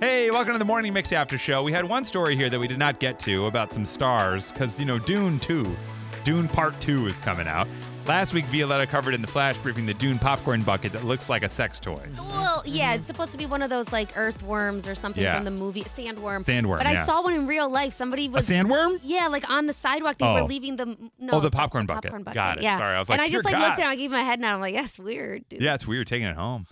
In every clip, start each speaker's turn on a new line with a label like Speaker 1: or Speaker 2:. Speaker 1: Hey, welcome to the Morning Mix After Show. We had one story here that we did not get to about some stars because, you know, Dune 2, Dune Part 2 is coming out. Last week, Violetta covered in the flash briefing the Dune popcorn bucket that looks like a sex toy.
Speaker 2: Well, yeah, it's supposed to be one of those like earthworms or something
Speaker 1: Mm-hmm. Yeah.
Speaker 2: from the movie sandworm.
Speaker 1: Sandworm,
Speaker 2: But I
Speaker 1: yeah.
Speaker 2: saw one in real life. Somebody
Speaker 1: A
Speaker 2: was
Speaker 1: sandworm?
Speaker 2: yeah, like on the sidewalk. They
Speaker 1: Oh.
Speaker 2: were leaving the no.
Speaker 1: Oh, the popcorn bucket. Got it.
Speaker 2: Yeah.
Speaker 1: Sorry, I was
Speaker 2: and
Speaker 1: like,
Speaker 2: I just
Speaker 1: "Dear
Speaker 2: like
Speaker 1: God."
Speaker 2: looked at it. I gave my head nod. I'm like, that's weird, dude.
Speaker 1: Yeah, it's weird taking it home.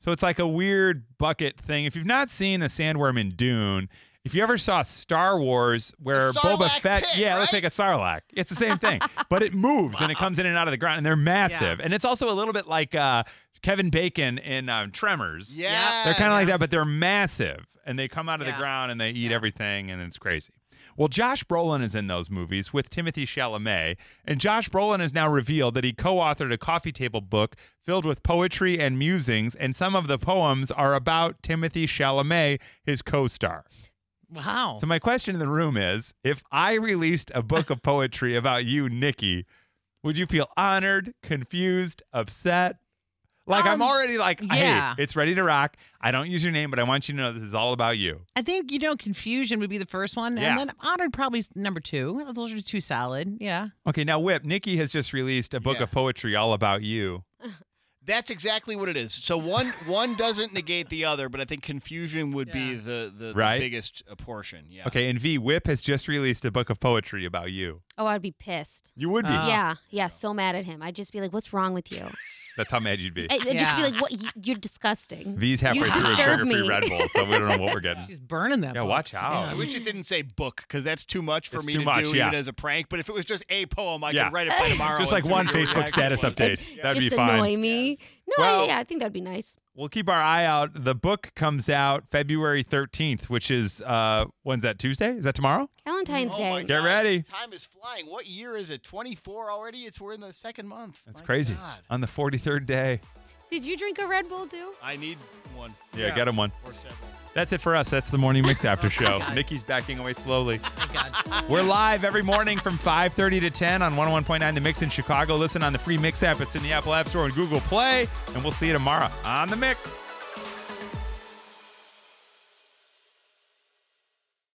Speaker 1: So it's like a weird bucket thing. If you've not seen the sandworm in Dune, if you ever saw Star Wars where
Speaker 3: The
Speaker 1: Boba
Speaker 3: Sarlacc
Speaker 1: Fett,
Speaker 3: pit,
Speaker 1: yeah, it looks
Speaker 3: right?
Speaker 1: like a sarlacc. It's the same thing, but it moves and it comes in and out of the ground, and they're massive. And it's also a little bit like uh, Kevin Bacon in um, Tremors.
Speaker 3: Yeah.
Speaker 1: They're kind of like that, but they're massive and they come out of the
Speaker 4: Yeah.
Speaker 1: ground and they eat everything, and it's crazy. Well, Josh Brolin is in those movies with Timothy Chalamet, and Josh Brolin has now revealed that he co authored a coffee table book filled with poetry and musings, and some of the poems are about Timothy Chalamet, his co star.
Speaker 4: Wow.
Speaker 1: So, my question in the room is if I released a book of poetry about you, Nikki, would you feel honored, confused, upset? Like, I'm
Speaker 4: Um,
Speaker 1: already like, hey,
Speaker 4: yeah.
Speaker 1: it's ready to rock. I don't use your name, but I want you to know this is all about you.
Speaker 4: I think you know confusion would be the first one,
Speaker 1: Yeah.
Speaker 4: and then honored probably is number two. Those are two solid. Yeah.
Speaker 1: Okay, now, Whip, Nikki has just released a book
Speaker 3: Yeah.
Speaker 1: of poetry all about you.
Speaker 3: That's exactly what it is. So one one doesn't negate the other, but I think confusion would be
Speaker 4: Yeah.
Speaker 3: the the, the
Speaker 1: Right?
Speaker 3: biggest uh, portion. Yeah.
Speaker 1: Okay, and V, Whip has just released a book of poetry about you.
Speaker 2: Oh, I'd be pissed.
Speaker 1: You would be.
Speaker 4: Uh, Oh.
Speaker 2: Yeah, yeah, so mad at him. I'd just be like, "What's wrong with you?"
Speaker 1: That's how mad you'd be.
Speaker 2: I- I'd just be
Speaker 4: Yeah.
Speaker 2: like, "What? you- You're disgusting."
Speaker 1: V's halfway
Speaker 2: you
Speaker 1: through a
Speaker 2: disturb
Speaker 1: sugar
Speaker 2: me.
Speaker 1: free Red Bull, so we don't know what we're getting.
Speaker 4: She's burning that.
Speaker 1: Yeah,
Speaker 4: book.
Speaker 1: watch out.
Speaker 3: I wish it didn't say book because that's too much for
Speaker 1: It's
Speaker 3: me
Speaker 1: too
Speaker 3: to
Speaker 1: much,
Speaker 3: do
Speaker 1: yeah.
Speaker 3: even as a prank. But if it was just a poem, I
Speaker 1: Yeah.
Speaker 3: could write it by tomorrow.
Speaker 1: Just
Speaker 3: and
Speaker 1: like
Speaker 3: see
Speaker 1: one
Speaker 3: what your
Speaker 1: Facebook
Speaker 3: reaction
Speaker 1: status
Speaker 3: was.
Speaker 1: update. That'd
Speaker 2: just
Speaker 1: be fine.
Speaker 2: annoy me. No,
Speaker 1: Well-
Speaker 2: I, yeah, I think that'd be nice.
Speaker 1: We'll keep our eye out. The book comes out February 13th, which is, uh, when's that, Tuesday? Is that tomorrow?
Speaker 2: Valentine's
Speaker 3: Oh my
Speaker 2: Day.
Speaker 1: Get
Speaker 3: God,
Speaker 1: ready.
Speaker 3: Time is flying. What year is it? 24 already? It's we're in the second month.
Speaker 1: That's
Speaker 3: My
Speaker 1: crazy. Uh,
Speaker 3: God.
Speaker 1: On the 43rd day.
Speaker 2: Did you drink a Red Bull too?
Speaker 3: I need one.
Speaker 1: Yeah, get him one.
Speaker 3: Or several.
Speaker 1: That's it for us. That's the morning mix
Speaker 3: Oh
Speaker 1: after show. Nikki's backing away slowly. We're live every morning from 5:30 to 10 on 101.9 The Mix in Chicago. Listen on the free Mix app. It's in the Apple App Store and Google Play. And we'll see you tomorrow on The Mix.